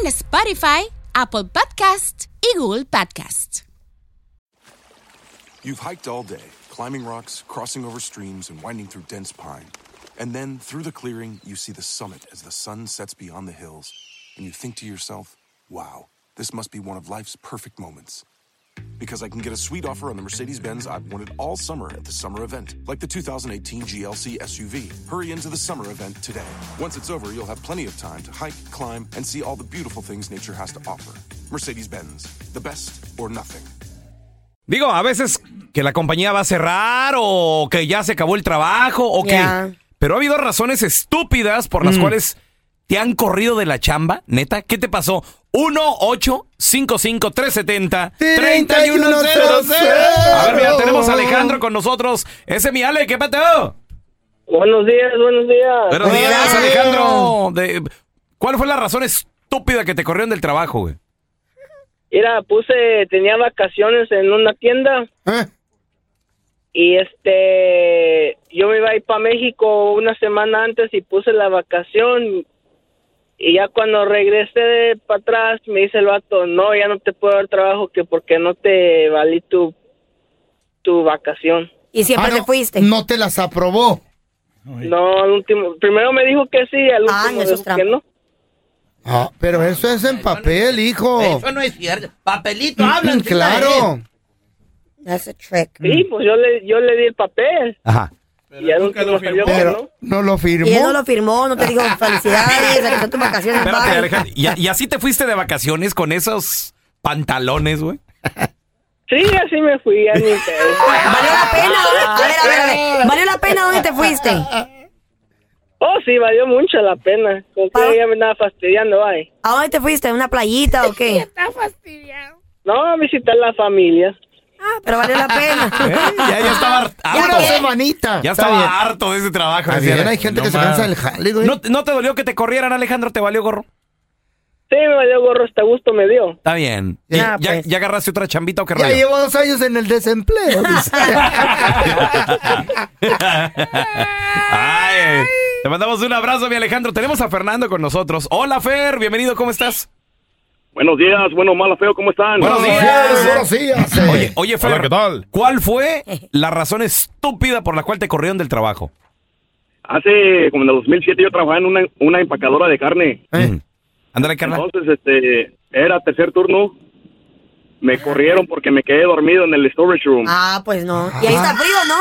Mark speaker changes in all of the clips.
Speaker 1: en Spotify, Apple Podcast y Google Podcast.
Speaker 2: You've hiked all day, climbing rocks, crossing over streams, and winding through dense pine. And then, through the clearing, you see the summit as the sun sets beyond the hills. And you think to yourself, wow, this must be one of life's perfect moments. Because I can get a sweet offer on the Mercedes Benz I've wanted all summer at the summer event, like the 2018 GLC SUV. Hurry into the summer event today. Once it's over, you'll have plenty of time to hike, climb, and see all the beautiful things nature has to offer. Mercedes Benz, the best or nothing.
Speaker 3: Digo, a veces que la compañía va a cerrar o que ya se acabó el trabajo o
Speaker 4: Ya.
Speaker 3: que... Pero ha habido razones estúpidas por las cuales te han corrido de la chamba, neta. ¿Qué te pasó? 1 8 55 370 3100 A ver, mira, tenemos a Alejandro con nosotros. Ese es mi Ale, ¿qué pateo?
Speaker 5: Buenos días, buenos días.
Speaker 3: Buenos días, Alejandro. De- ¿Cuál fue la razón estúpida que te corrieron del trabajo, güey?
Speaker 5: Mira, puse, tenía vacaciones en una tienda
Speaker 6: ¿Eh?
Speaker 5: y este, yo me iba a ir para México una semana antes y puse la vacación y ya cuando regresé para atrás me dice el vato, no, ya no te puedo dar trabajo que porque no te valí tu, tu vacación.
Speaker 4: Y siempre
Speaker 6: Ah,
Speaker 4: te
Speaker 6: no,
Speaker 4: fuiste.
Speaker 6: No te las aprobó.
Speaker 5: No, al último, primero me dijo que sí, al último
Speaker 4: Ah, no, eso es
Speaker 5: dijo que
Speaker 4: trampa.
Speaker 5: no.
Speaker 6: Ah, pero eso es en papel, hijo.
Speaker 7: Eso no es cierto. Papelito, hablan.
Speaker 6: Mm,
Speaker 4: eh.
Speaker 6: claro.
Speaker 4: That's a trick.
Speaker 5: Sí, pues yo le, yo le di el papel
Speaker 3: Ajá.
Speaker 5: y al último salió que no.
Speaker 6: Pero no lo firmó.
Speaker 4: Y él no lo firmó, no te dijo felicidades, aquí están tus vacaciones.
Speaker 3: Espérate,
Speaker 4: bye.
Speaker 3: Alejandro. ¿Y, y así te fuiste de vacaciones con esos pantalones, güey?
Speaker 5: Sí, así me fui, ya ni pedo.
Speaker 4: ¿Valió la
Speaker 3: Ah,
Speaker 4: pena? A ver, a ver, a ver. ¿Valió la pena dónde te fuiste?
Speaker 5: Oh, sí, valió mucho la pena. Con que
Speaker 4: Ah.
Speaker 5: ella me andaba fastidiando ahí.
Speaker 4: ¿A dónde te fuiste? ¿A una playita o qué?
Speaker 5: No, a visitar la familia.
Speaker 4: Ah, pero valió la
Speaker 3: ¿Eh?
Speaker 4: pena.
Speaker 3: Ya, ya estaba har- harto.
Speaker 6: Una semanita. Ah,
Speaker 3: Ya
Speaker 6: Está
Speaker 3: estaba
Speaker 6: bien.
Speaker 3: harto de ese trabajo.
Speaker 6: Está
Speaker 3: decía,
Speaker 6: bien, hay gente
Speaker 3: "No
Speaker 6: que se
Speaker 3: mames".
Speaker 6: cansa del jale, güey.
Speaker 3: ¿No, no te dolió que te corrieran, Alejandro? ¿Te valió gorro?
Speaker 5: Sí, me valió gorro, hasta gusto me dio.
Speaker 3: Está bien. ¿Y-
Speaker 4: Ya,
Speaker 3: ¿Ya,
Speaker 4: pues.
Speaker 3: ya agarraste otra chambita o qué
Speaker 6: Ya
Speaker 3: rollo?
Speaker 6: llevo dos años en el desempleo. dice.
Speaker 3: Ay, te mandamos un abrazo, mi Alejandro. Tenemos a Fernando con nosotros. Hola, Fer. Bienvenido. ¿Cómo estás?
Speaker 8: Buenos días, bueno, malo, feo, ¿cómo están?
Speaker 3: Buenos días.
Speaker 6: Buenos días. eh.
Speaker 3: Oye, oye, Fer.
Speaker 9: Hola, ¿qué tal?
Speaker 3: ¿Cuál fue la razón estúpida por la cual te corrieron del trabajo?
Speaker 8: Hace como en el 2007 yo trabajaba en una, una empacadora de carne.
Speaker 6: Eh.
Speaker 3: Ándale, carnal.
Speaker 8: Entonces, este, era tercer turno. Me corrieron porque me quedé dormido en el storage room.
Speaker 4: Ah, pues no. Y ahí está frío, ¿no?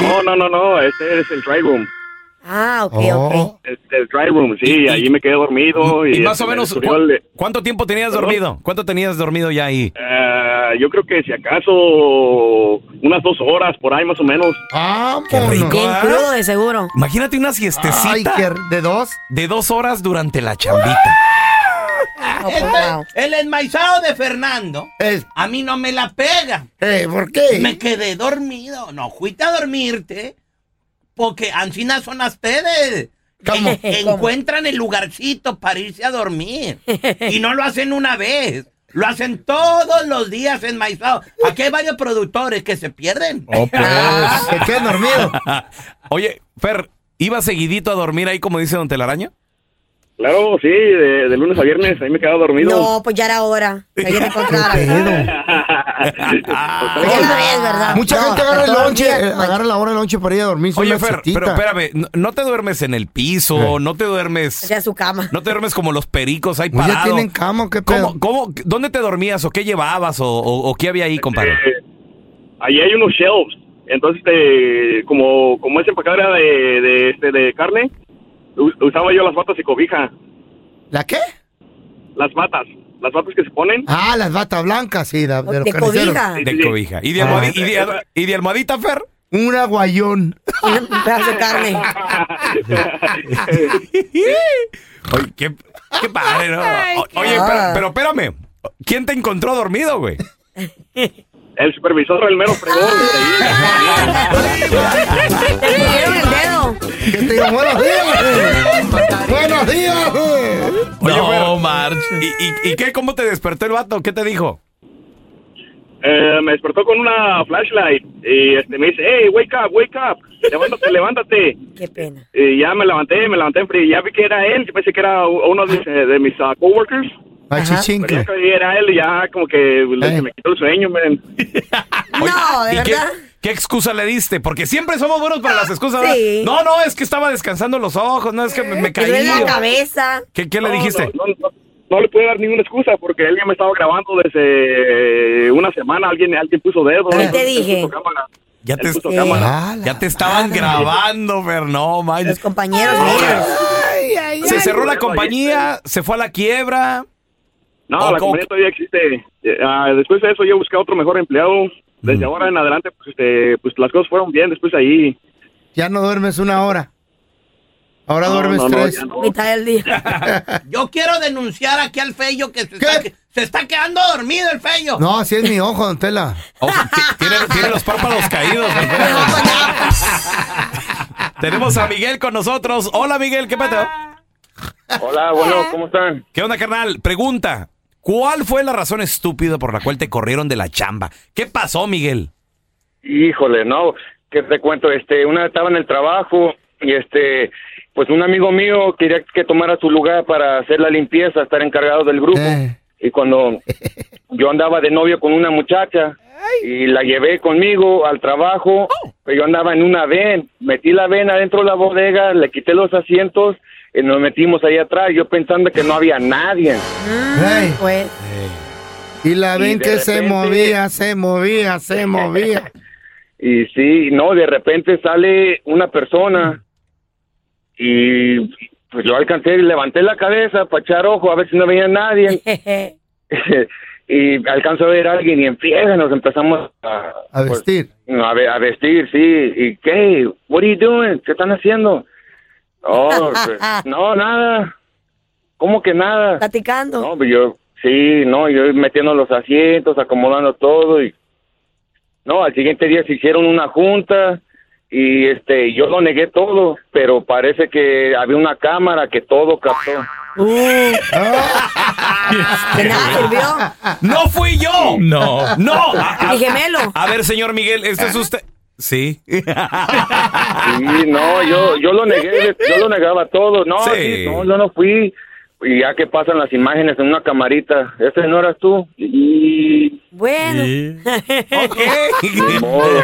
Speaker 8: No, no, no, no, este es el dry room.
Speaker 4: Ah, ok, ok.
Speaker 6: Oh,
Speaker 8: Este, el dry room, sí,
Speaker 3: Y-
Speaker 8: allí me quedé dormido. Y,
Speaker 3: Y más
Speaker 8: este,
Speaker 3: o
Speaker 8: me
Speaker 3: menos,
Speaker 8: descubrió
Speaker 3: ¿cu-
Speaker 8: el-
Speaker 3: ¿cuánto tiempo tenías
Speaker 8: ¿Perdón?
Speaker 3: dormido? ¿Cuánto tenías dormido ya ahí?
Speaker 8: Ah, yo creo que si acaso unas dos horas por ahí más o menos.
Speaker 3: Qué rico.
Speaker 6: Vámonos.
Speaker 4: Bien
Speaker 3: ¿Ah?
Speaker 4: crudo, de seguro.
Speaker 3: Imagínate una siestecita
Speaker 6: Ay, que de dos.
Speaker 3: de dos horas durante la chambita.
Speaker 4: No, pues, wow.
Speaker 7: Ah, eh, El enmaizado de Fernando
Speaker 6: Eh,
Speaker 7: a mí no me la pega.
Speaker 6: eh, ¿Por qué?
Speaker 7: Me quedé dormido. No, fuiste a dormirte porque ancinas son las pedes.
Speaker 6: ¿Cómo?
Speaker 7: En- Encuentran el lugarcito para irse a dormir. Y no lo hacen una vez. Lo hacen todos los días enmaizado. Aquí hay varios productores que se pierden.
Speaker 8: Oh,
Speaker 6: Pues, se quedan dormido.
Speaker 3: Oye, Fer, ¿ibas seguidito a dormir ahí como dice Don Telaraño?
Speaker 8: Claro, sí, de, de lunes a viernes, ahí me quedaba dormido.
Speaker 4: No, pues ya era hora. Que alguien te encontrara. Ya la ves, ¿verdad?
Speaker 6: Mucha
Speaker 4: No,
Speaker 6: gente agarra el
Speaker 4: pero
Speaker 6: lonche,
Speaker 4: todavía-
Speaker 6: eh, agarra la hora del lonche para ir a dormir. son
Speaker 3: Oye,
Speaker 6: las
Speaker 3: Fer,
Speaker 6: sietitas.
Speaker 3: pero espérame, no, no te duermes en el piso, no te duermes,
Speaker 4: Ya su cama.
Speaker 3: no te duermes como los pericos ahí
Speaker 6: Pues ya
Speaker 3: parados.
Speaker 6: tienen cama, ¿o ¿qué pedo?
Speaker 3: ¿Cómo, cómo, ¿Dónde te dormías o qué llevabas o, o- o qué había ahí, compadre?
Speaker 8: Eh, ahí hay unos shelves. Entonces, este, como, como es empacadera de, de, este, de carne, u- usaba yo las batas y cobija.
Speaker 6: ¿La qué?
Speaker 8: Las batas. Las batas que se ponen.
Speaker 6: Ah, las batas blancas, sí, la- de, los
Speaker 4: De
Speaker 6: carniceros.
Speaker 4: cobija.
Speaker 3: De cobija. ¿Y de,
Speaker 6: Ah.
Speaker 3: almohadi- y de- y de almohadita, Fer?
Speaker 6: Un aguayón.
Speaker 4: Un pedazo de carne.
Speaker 3: Oye, qué, qué padre, ¿no? O- Oye, pero, pero espérame. ¿Quién te encontró dormido, güey?
Speaker 8: El supervisor, el mero fregón.
Speaker 4: Te pusieron el dedo.
Speaker 6: Que te diga, buenos días. buenos días.
Speaker 4: Ah.
Speaker 3: Oye,
Speaker 9: No,
Speaker 3: Fer,
Speaker 9: March.
Speaker 3: ¿y, y, y qué? ¿Cómo te despertó el vato? ¿Qué te dijo?
Speaker 8: Eh, me despertó con una flashlight y este, me dice, hey, wake up, wake up. Levántate, levántate.
Speaker 4: Qué
Speaker 10: Este,
Speaker 4: pena.
Speaker 8: Y ya me levanté, me levanté en frío. Ya vi que era él. Yo pensé que era u- uno de, mis, eh, de mis ah, coworkers. Pero ya
Speaker 6: Achichincle.
Speaker 8: que era él, ya como que le- se me quitó el sueño, men.
Speaker 4: No, de
Speaker 3: ¿Y qué,
Speaker 4: verdad.
Speaker 3: qué excusa le diste? Porque siempre somos buenos para las excusas. ¿verdad?
Speaker 4: Sí.
Speaker 3: No, no, es que estaba descansando los ojos, no, es que me, me
Speaker 4: Te
Speaker 3: caí.
Speaker 4: duele la cabeza.
Speaker 3: ¿Qué, qué le
Speaker 8: No,
Speaker 3: dijiste?
Speaker 8: No, no, no, no le pude dar ninguna excusa porque él ya me estaba grabando desde eh, una semana. Alguien alguien puso dedo.
Speaker 4: ¿Qué te
Speaker 8: Entonces, él
Speaker 4: dije?
Speaker 8: puso cámara.
Speaker 3: Ya te,
Speaker 8: Él puso
Speaker 4: Eh.
Speaker 8: cámara.
Speaker 6: Ah, la-
Speaker 3: ya te estaban grabando, Fer, no, man.
Speaker 4: Los compañeros, mira.
Speaker 3: Se cerró la compañía, se fue a la quiebra.
Speaker 8: No,
Speaker 3: Oh,
Speaker 8: la
Speaker 3: ¿cómo
Speaker 8: compañía
Speaker 3: que-
Speaker 8: todavía existe. Eh, ah, después de eso yo busqué otro mejor empleado. Desde
Speaker 3: Mm.
Speaker 8: ahora en adelante, pues, este, pues las cosas fueron bien. Después ahí...
Speaker 6: Ya no duermes una hora. Ahora
Speaker 8: No,
Speaker 6: duermes
Speaker 8: no, no,
Speaker 6: tres.
Speaker 8: ya no.
Speaker 4: Mitad del día.
Speaker 7: Yo quiero denunciar aquí al feyo que se, está,
Speaker 6: ¿Qué?
Speaker 7: se está quedando dormido el feyo.
Speaker 6: No, así es mi ojo, don Tela.
Speaker 3: Oh, ti- tiene, tiene los párpados caídos. Tenemos a Miguel con nosotros. Hola, Miguel, ¿qué pasa?
Speaker 8: Hola, bueno, ¿cómo están?
Speaker 3: ¿Qué onda, carnal? Pregunta. ¿Cuál fue la razón estúpida por la cual te corrieron de la chamba? ¿Qué pasó, Miguel?
Speaker 8: Híjole, no, que te cuento, este, una vez estaba en el trabajo y este, pues un amigo mío quería que tomara su lugar para hacer la limpieza, estar encargado del grupo.
Speaker 6: Eh.
Speaker 8: Y cuando yo andaba de novio con una muchacha y la llevé conmigo al trabajo,
Speaker 6: Oh.
Speaker 8: pero yo andaba en una ven, metí la ven adentro de la bodega, le quité los asientos y nos metimos ahí atrás, yo pensando que no había nadie.
Speaker 6: Ey,
Speaker 4: Pues,
Speaker 6: y la ven
Speaker 8: de
Speaker 6: que se
Speaker 8: repente-
Speaker 6: movía, se movía, se movía.
Speaker 8: Y sí, no, de repente sale una persona y pues yo alcancé y levanté la cabeza para echar ojo a ver si no veía a nadie
Speaker 4: jeje.
Speaker 8: y alcanzo a ver a alguien y en friega nos empezamos a,
Speaker 6: A
Speaker 8: pues,
Speaker 6: vestir.
Speaker 8: a, ve- a vestir, sí. ¿Y qué? What are you doing? ¿Qué están haciendo? Oh, pues, no, nada. ¿Cómo que nada?
Speaker 4: Platicando.
Speaker 8: No, pues yo, sí, no, yo metiendo los asientos, acomodando todo y... No, al siguiente día se hicieron una junta y este, yo lo negué todo, pero parece que había una cámara que todo captó.
Speaker 4: Uh, De nada sirvió.
Speaker 3: ¡No fui yo!
Speaker 9: No.
Speaker 3: ¡No! A, a-
Speaker 4: Mi gemelo.
Speaker 3: a ver, señor Miguel, ¿este es usted? Sí.
Speaker 8: Sí, no, yo, yo lo negué, yo lo negaba todo. No,
Speaker 3: Sí.
Speaker 8: sí, no, yo no fui. Y ya que pasan las imágenes en una camarita, ese no eras tú. Y...
Speaker 4: Bueno.
Speaker 3: Ok.
Speaker 8: ni modo.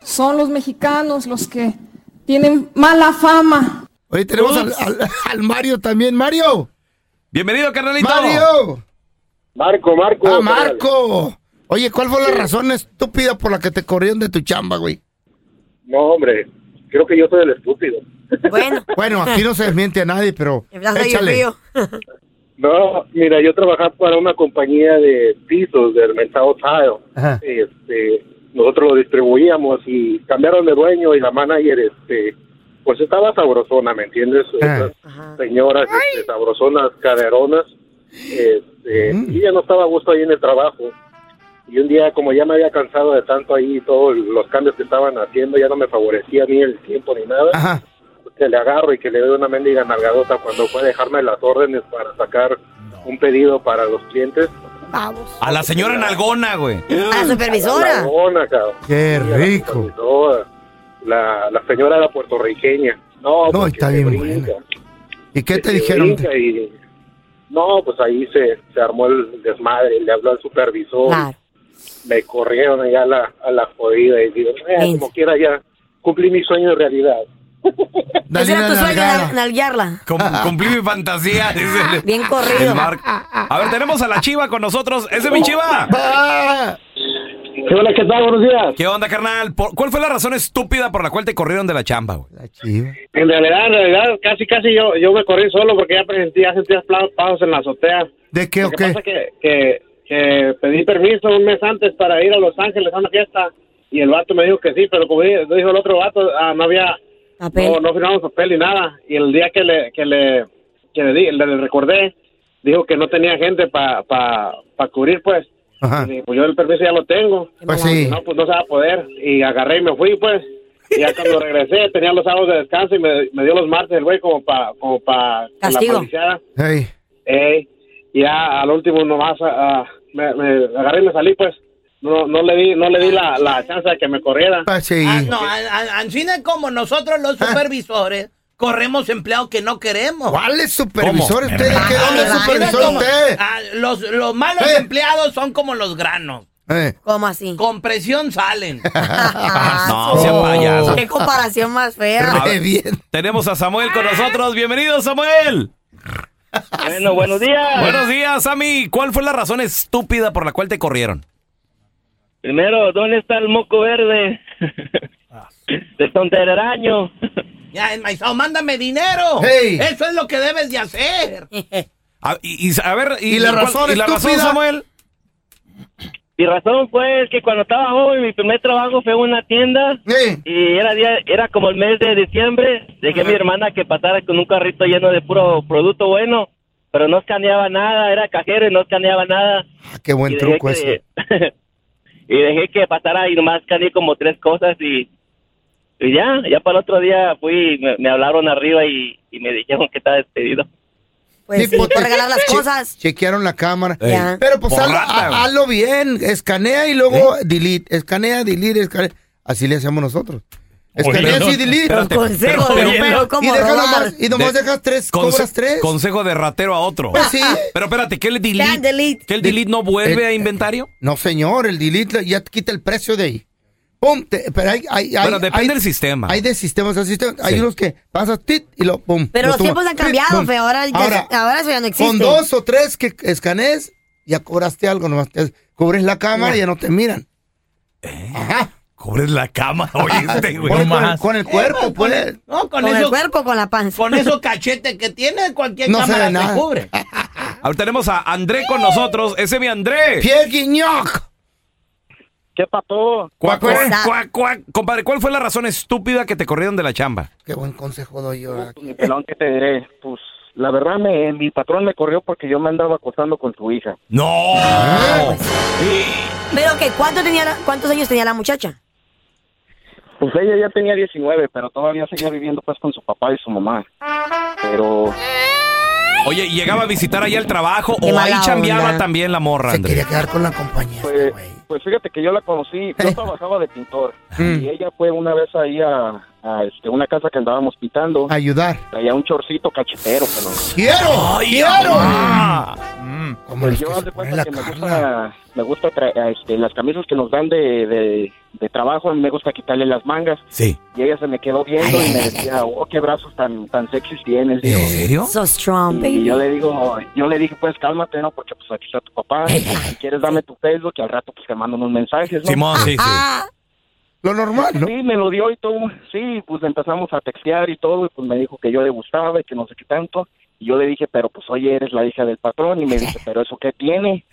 Speaker 11: son los mexicanos los que tienen mala fama.
Speaker 6: Oye, tenemos al, al- al Mario también. Mario.
Speaker 3: Bienvenido, carnalito.
Speaker 6: Mario.
Speaker 8: Marco, Marco.
Speaker 6: Ah,
Speaker 8: carnal.
Speaker 6: Marco. Oye, ¿cuál fue la razón estúpida por la que te corrieron de tu chamba, güey?
Speaker 8: No, hombre, creo que yo soy el estúpido.
Speaker 4: Bueno,
Speaker 6: Bueno, aquí no se desmiente a nadie, pero
Speaker 4: el brazo de
Speaker 6: échale.
Speaker 4: frío.
Speaker 8: No, mira, yo trabajaba para una compañía de pisos del mentado
Speaker 6: Ajá.
Speaker 8: Tile. Este, nosotros lo distribuíamos y cambiaron de dueño y la manager, este, pues estaba sabrosona, ¿me entiendes?
Speaker 12: Ah.
Speaker 6: Ajá.
Speaker 8: Esas señoras este, sabrosonas, caderonas. Este, Y ella no estaba a gusto ahí en el trabajo. Y un día, como ya me había cansado de tanto ahí, todos los cambios que estaban haciendo, ya no me favorecía ni el tiempo ni nada
Speaker 6: Ajá.
Speaker 8: que le agarro y que le doy una mendiga nalgadota cuando fue a dejarme las órdenes para sacar un pedido para los clientes.
Speaker 4: Vamos.
Speaker 3: A la señora Nalgona, güey.
Speaker 4: A la
Speaker 8: La,
Speaker 4: supervisora.
Speaker 8: nalgona, cabrón.
Speaker 6: Qué
Speaker 8: Sí, a la
Speaker 6: rico.
Speaker 8: supervisora. La, la señora era puertorriqueña. No,
Speaker 6: No,
Speaker 8: porque
Speaker 6: está
Speaker 8: se
Speaker 6: bien
Speaker 8: brinca.
Speaker 6: buena. ¿Y qué te
Speaker 9: Sí,
Speaker 6: dijeron?
Speaker 9: hija, y- no, pues ahí se, se armó el desmadre, le habló al supervisor, me corrieron allá a la, a la jodida y digo, "Eh, como quiera ya, cumplí mi sueño de realidad.
Speaker 4: Ese era tu sueño,
Speaker 3: una nalgada.
Speaker 4: nal- nalguearla.
Speaker 3: Cum- cumplí mi fantasía. dice el-
Speaker 4: Bien
Speaker 3: el
Speaker 4: corrido.
Speaker 3: Mark. A ver, tenemos a la Chiva con nosotros. ¡Ese es mi Chiva!
Speaker 9: ¿Qué onda, qué tal? Buenos días.
Speaker 3: ¿Qué onda, carnal? Por- ¿Cuál fue la razón estúpida por la cual te corrieron de la chamba, güey?
Speaker 9: En realidad, en realidad, casi casi yo, yo me corrí solo porque ya sentía, sentía pla- pasos en la azotea.
Speaker 6: ¿De qué
Speaker 9: Lo que pasa que, que, que pedí permiso un mes antes para ir a Los Ángeles a una fiesta y el vato me dijo que sí, pero como di- dijo el otro vato, ah, no había,
Speaker 4: Papel.
Speaker 9: no, no firmamos papel ni nada. Y el día que le, que le, que le, di- le recordé, dijo que no tenía gente para pa, pa cubrir, pues. Y dije, pues yo el permiso ya lo tengo.
Speaker 6: Pues sí.
Speaker 9: No, pues no se va a poder. Y agarré y me fui, pues. Y ya cuando regresé, tenía los sábados de descanso y me, me dio los martes el güey como para como pa, con la
Speaker 6: Castigo.
Speaker 9: policiada.
Speaker 6: Ey,
Speaker 9: Ey, ya al último nomás ah, ah, me, me agarré y me salí, pues. No, no le di, no le di la, la chance de que me corriera.
Speaker 7: Ah, no, a- a- ancina como nosotros los
Speaker 6: Ah.
Speaker 7: supervisores corremos empleados que no queremos.
Speaker 6: ¿Cuáles supervisores?
Speaker 7: ¿Cómo?
Speaker 6: ¿Usted de qué? ¿Dónde es
Speaker 7: Ah,
Speaker 6: supervisor
Speaker 7: como-
Speaker 6: usted?
Speaker 7: ah, los, los malos empleados son como los granos.
Speaker 6: eh. Ah,
Speaker 4: ¿Cómo así?
Speaker 7: Con presión salen.
Speaker 3: No, sea payaso.
Speaker 4: Qué comparación más
Speaker 3: A
Speaker 4: fea.
Speaker 3: ver, Tenemos a Samuel con nosotros. Bienvenido, Samuel.
Speaker 10: Bueno, buenos días.
Speaker 3: Buenos días, Sammy. ¿Cuál fue la razón estúpida por la cual te corrieron?
Speaker 10: Primero, ¿dónde está el moco verde?
Speaker 3: Ah.
Speaker 10: De tontereraño.
Speaker 7: Ya, enmaizado, mándame dinero.
Speaker 10: Hey.
Speaker 7: Eso es lo que debes de hacer.
Speaker 3: A, Ah, y, y- a ver, y,
Speaker 10: ¿Y la
Speaker 3: cuál-
Speaker 10: razón
Speaker 3: y la razón,
Speaker 10: estúpida?
Speaker 3: Samuel.
Speaker 10: Mi razón fue es que cuando estaba joven, mi primer trabajo fue en una tienda. Y era, día, era como el mes de diciembre. Dejé a mi hermana que pasara con un carrito lleno de puro producto bueno. Pero no escaneaba nada, era cajero y no escaneaba nada.
Speaker 6: Ah, qué buen
Speaker 10: Y dejé
Speaker 6: truco
Speaker 10: que-
Speaker 6: ese.
Speaker 10: y dejé que pasara y nomás escaneé como tres cosas y, y ya, ya para el otro día fui, y me, me hablaron arriba y, y me dijeron que estaba despedido.
Speaker 4: Pues sí, por regalar las
Speaker 6: Che-
Speaker 4: cosas.
Speaker 6: Chequearon la cámara.
Speaker 4: Ey. Ya.
Speaker 6: Pero pues
Speaker 4: Por
Speaker 6: hazlo,
Speaker 4: rata,
Speaker 6: ha- hazlo bien. Escanea y
Speaker 3: ¿Eh?
Speaker 6: luego delete. Escanea, delete, escanea. Así le hacemos nosotros. Escaneas
Speaker 3: Oye,
Speaker 6: y delete.
Speaker 3: espérate, Los consejos pero- de pero- cómo
Speaker 6: y déjalo
Speaker 3: robar.
Speaker 6: más- y nomás
Speaker 3: De-
Speaker 6: dejas tres,
Speaker 3: Conse-
Speaker 6: cobras tres.
Speaker 3: Consejo de ratero a otro.
Speaker 6: Pues sí.
Speaker 3: Pero espérate, ¿qué el delete? ¿Que el delete no vuelve a inventario?
Speaker 6: No, señor, el delete ya te quita el precio de ahí. Pum, te- pero hay, hay, hay-
Speaker 3: Bueno, depende
Speaker 6: hay-
Speaker 3: del sistema.
Speaker 6: Hay de sistemas, hay, sistemas- hay
Speaker 3: Sí.
Speaker 6: unos que pasas tit y lo pum.
Speaker 4: Pero
Speaker 6: lo
Speaker 4: los
Speaker 6: tumba.
Speaker 4: tiempos han
Speaker 6: Tit,
Speaker 4: cambiado,
Speaker 6: pum.
Speaker 4: feo. Ahora, ya-
Speaker 6: Ahora,
Speaker 4: ahora eso ya no existe.
Speaker 6: Con dos o tres que escanees, ya cobraste algo, nomás te- cubres la cámara y ya no te miran.
Speaker 3: Cobres la cama, oye, este, güey.
Speaker 6: Con, el- con el cuerpo, pues.
Speaker 7: No, con,
Speaker 4: Con el
Speaker 7: eso,
Speaker 4: cuerpo, con la panza.
Speaker 7: con esos cachetes que tiene, cualquier
Speaker 3: No se
Speaker 7: cámara
Speaker 3: ve nada.
Speaker 7: te cubre.
Speaker 3: Ahora tenemos a André con nosotros. Ese es mi André.
Speaker 6: Pierre Guignac.
Speaker 10: ¿Qué pasó?
Speaker 3: Cuac, cuac,
Speaker 6: Cuac.
Speaker 3: cuac, cuac. Compadre, ¿cuál fue la razón estúpida que te corrieron de la chamba?
Speaker 6: Qué buen consejo doy yo. aquí.
Speaker 10: Mi pelón, ¿qué te diré? Pues la verdad, me, mi patrón me corrió porque yo me andaba acostando con su hija.
Speaker 3: ¡No!
Speaker 4: Pero que ¿cuánto tenía la- ¿cuántos años tenía la muchacha?
Speaker 10: Pues ella ya tenía 19, pero todavía seguía viviendo pues con su papá y su mamá. Pero
Speaker 3: Oye, llegaba a visitar allá el trabajo
Speaker 10: Qué
Speaker 3: o ahí
Speaker 10: mala
Speaker 3: chambeaba
Speaker 10: onda.
Speaker 3: también la morra, André.
Speaker 6: quedar con la compañía.
Speaker 10: pues, pues fíjate que yo la conocí,
Speaker 6: Eh.
Speaker 10: yo trabajaba de pintor
Speaker 6: Mm.
Speaker 10: y ella fue una vez ahí a, a, este, una casa que andábamos pintando.
Speaker 6: Ayudar.
Speaker 10: Traía un chorcito cachetero, pelón.
Speaker 6: ¡Quiero! ¡Quiero! Mm. Como
Speaker 10: Pues
Speaker 6: los
Speaker 10: yo
Speaker 6: que
Speaker 10: haz
Speaker 6: se
Speaker 10: de
Speaker 6: ponen
Speaker 10: cuenta
Speaker 6: la
Speaker 10: que me
Speaker 6: Carla.
Speaker 10: gusta, me gusta tra- a, este, las camisas que nos dan de, de, de trabajo, a mí me gusta quitarle las mangas.
Speaker 3: Sí.
Speaker 10: Y ella se me quedó viendo y me decía, oh, qué brazos tan, tan sexys tienes. ¿En
Speaker 3: serio?
Speaker 4: So strong,
Speaker 10: Y
Speaker 4: baby.
Speaker 10: yo le digo, yo le dije, pues cálmate, ¿no? Porque pues aquí está tu papá. Si quieres, dame tu Facebook que al rato pues te mando unos mensajes, ¿no?
Speaker 3: Simón, sí, sí.
Speaker 6: Lo normal, ¿no?
Speaker 10: Sí, me lo dio y todo. Sí, pues empezamos a textear y todo. Y pues me dijo que yo le gustaba y que no sé qué tanto. Y yo le dije, pero pues oye, eres la hija del patrón. Y me dice, pero eso qué tiene.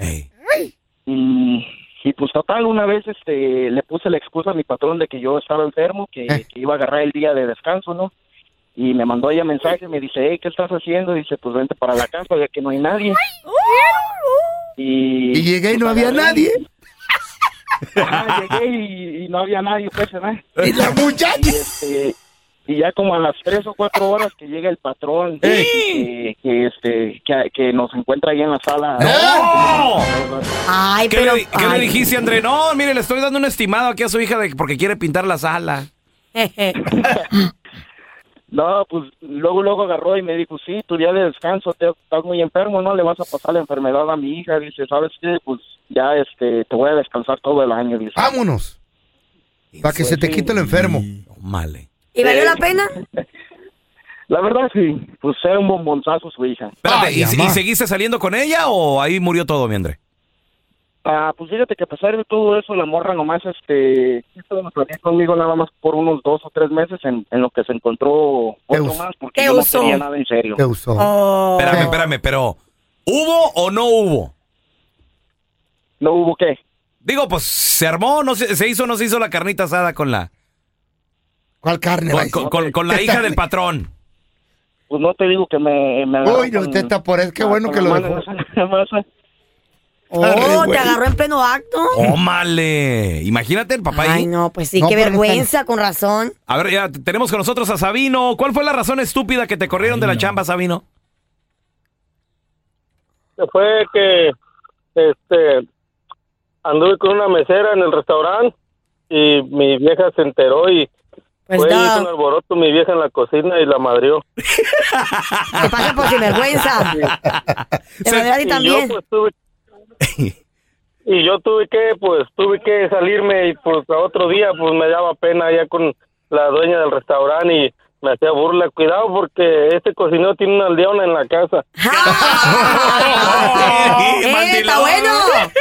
Speaker 10: Y, y, pues total, una vez este le puse la excusa a mi patrón de que yo estaba enfermo, que, que iba a agarrar el día de descanso, ¿no? Y me mandó ella mensaje, me dice, hey, ¿qué estás haciendo? dice, pues vente para la casa, ya que no hay nadie. Y, pues,
Speaker 6: Y llegué y no había nadie.
Speaker 10: Ajá, Ah, llegué y, y no había nadie, pues, ¿verdad? Y la muchacha. Y, este, y ya como a las tres o cuatro horas que llega el patrón, que, que, este, que, que nos encuentra ahí en la sala.
Speaker 4: Ay,
Speaker 3: ¿Qué,
Speaker 4: pero.
Speaker 3: le, qué le
Speaker 4: ay.
Speaker 3: dijiste, André? No, mire, le estoy dando un estimado aquí a su hija de, porque quiere pintar la sala.
Speaker 10: No, pues luego, luego agarró y me dijo, sí, tu día de descanso, te, estás muy enfermo, no le vas a pasar la enfermedad a mi hija. Dice, ¿sabes qué? Pues ya este, te voy a descansar todo el año. Dice,
Speaker 6: vámonos.
Speaker 10: pues,
Speaker 6: Para que se te quite lo enfermo.
Speaker 3: Male.
Speaker 4: ¿Y valió la pena?
Speaker 10: La verdad, sí, pues era un bombonzazo su hija.
Speaker 3: Espérate, ¿y, y seguiste saliendo con ella o ahí murió todo, mi André?
Speaker 10: Ah, pues fíjate que a pesar de todo eso, la morra nomás, este, quiso salir conmigo nada más por unos dos o tres meses en, en lo que se encontró otro más, porque
Speaker 4: te
Speaker 10: yo no
Speaker 4: usó.
Speaker 10: quería nada en serio.
Speaker 6: Te usó.
Speaker 4: Oh.
Speaker 3: Espérame, espérame, pero ¿hubo o no hubo?
Speaker 10: ¿No hubo qué?
Speaker 3: Digo, pues se armó, no se, se hizo o no se hizo la carnita asada con la
Speaker 6: ¿Cuál carne?
Speaker 3: con,
Speaker 6: vais?
Speaker 3: con- con- con la hija del patrón.
Speaker 10: Pues no te digo que me... me agarró
Speaker 6: Uy, no,
Speaker 10: con-
Speaker 6: usted está por eso, qué bueno
Speaker 10: con
Speaker 6: que
Speaker 10: la
Speaker 6: lo
Speaker 10: mano
Speaker 6: dejó.
Speaker 10: en esa masa.
Speaker 4: Oh, te agarró en pleno acto.
Speaker 3: Oh, ¡Ómale! Imagínate el papá ahí.
Speaker 4: Ay, no, pues sí, qué vergüenza, con razón.
Speaker 3: A ver, ya t- tenemos con nosotros a Sabino. ¿Cuál fue la razón estúpida que te corrieron de la chamba, Sabino?
Speaker 12: Fue que este anduve con una mesera en el restaurante y mi vieja se enteró y fue y hizo un alboroto mi vieja en la cocina y la madrió.
Speaker 4: Te pasa por sinvergüenza. De verdad, y
Speaker 12: yo,
Speaker 4: también.
Speaker 12: pues, tuve, y yo tuve que, pues, tuve que salirme y pues a otro día pues me daba pena ya con la dueña del restaurante y me hacía burla, cuidado porque este cocinero tiene una aldeona en la casa.
Speaker 4: ¡Eh, está bueno!